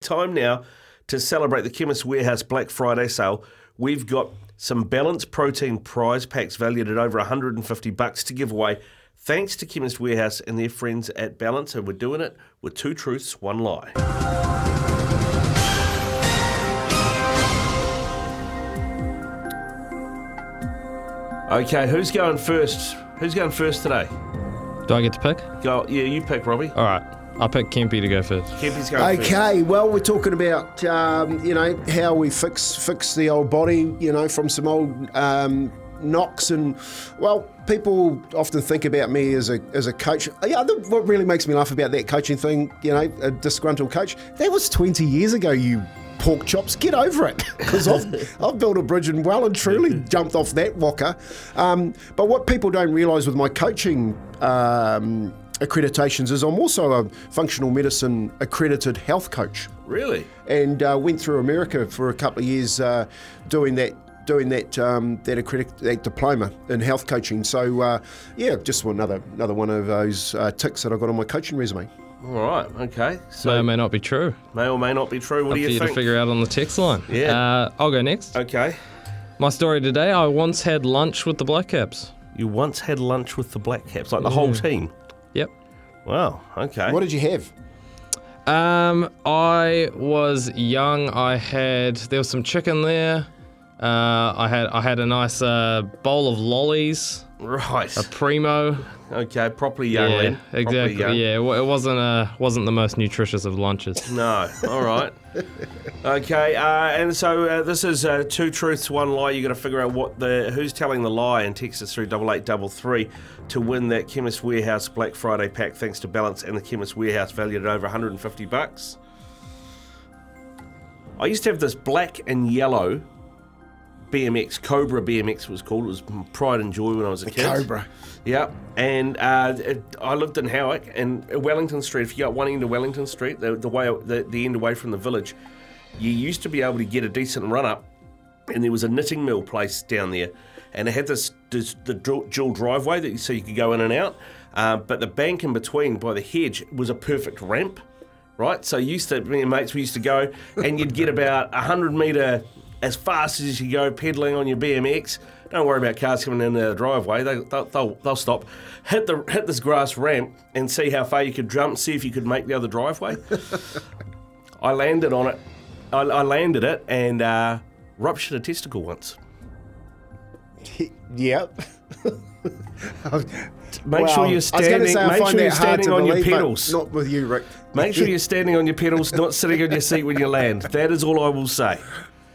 Time now to celebrate the Chemist Warehouse Black Friday sale. We've got some balanced protein prize packs valued at over 150 bucks to give away thanks to Chemist Warehouse and their friends at Balance and we're doing it with two truths, one lie. Okay, who's going first? Who's going first today? Do I get to pick? Go yeah, you pick Robbie. All right. I'll pick Kempy to go first. Kempy's going first. Okay, well, we're talking about um, you know how we fix fix the old body, you know, from some old um, knocks and well, people often think about me as a as a coach. Yeah, the, what really makes me laugh about that coaching thing, you know, a disgruntled coach. That was 20 years ago. You pork chops, get over it, because I've I've built a bridge and well and truly jumped off that walker. Um, but what people don't realise with my coaching. Um, accreditations is I'm also a functional medicine accredited health coach Really? and uh, went through America for a couple of years uh, doing that doing that um, that accredit that diploma in health coaching. So uh, yeah, just another another one of those uh, ticks that I got on my coaching resume. All right. Okay. So May or may not be true. may or may not be true. What Up do to you you think? to figure out on the text line. Yeah. Uh, I'll go next. okay. My story today I once had lunch with the Black Caps. You once had lunch with the Black Caps, like the whole team. Yep. Wow. Okay. What did you have? Um, I was young. I had there was some chicken there. Uh, I had I had a nice uh, bowl of lollies, right. primo. Okay. Properly young. yeah, then. Properly exactly. young. Yeah, it wa- it wasn't uh wasn't the most nutritious of lunches. No. All right. okay. Uh, and so uh, this is uh, two truths, one lie. You got to figure out what the who's telling the lie, and text us through double eight double three to win that Chemist Warehouse Black Friday pack. Thanks to Balance and the Chemist Warehouse, valued at over 150 bucks. I used to have this black and yellow BMX Cobra BMX was called. It was Pride and Joy when I was a kid. Cobra. Yep. And uh, it, I lived in Howick and Wellington Street. If you got one end of Wellington Street, the, the way the, the end away from the village, you used to be able to get a decent run up. And there was a knitting mill place down there, and it had this, this the dual dual driveway that you, so you could go in and out. Uh, but the bank in between by the hedge was a perfect ramp right? So you used to me and mates we used to go, and you'd get about hundred meter as fast as you go pedaling on your BMX. Don't worry about cars coming in the driveway; they, they'll, they'll, they'll stop. Hit the hit this grass ramp and see how far you could jump. See if you could make the other driveway. I landed on it. I, I landed it and uh, ruptured a testicle once. Yep. Make sure you're I was standing. going to say I make find sure that you're hard standing to on your believe, but pedals. Not with you, Rick. Make sure you're standing on your pedals, not sitting on your seat when you land. That is all I will say.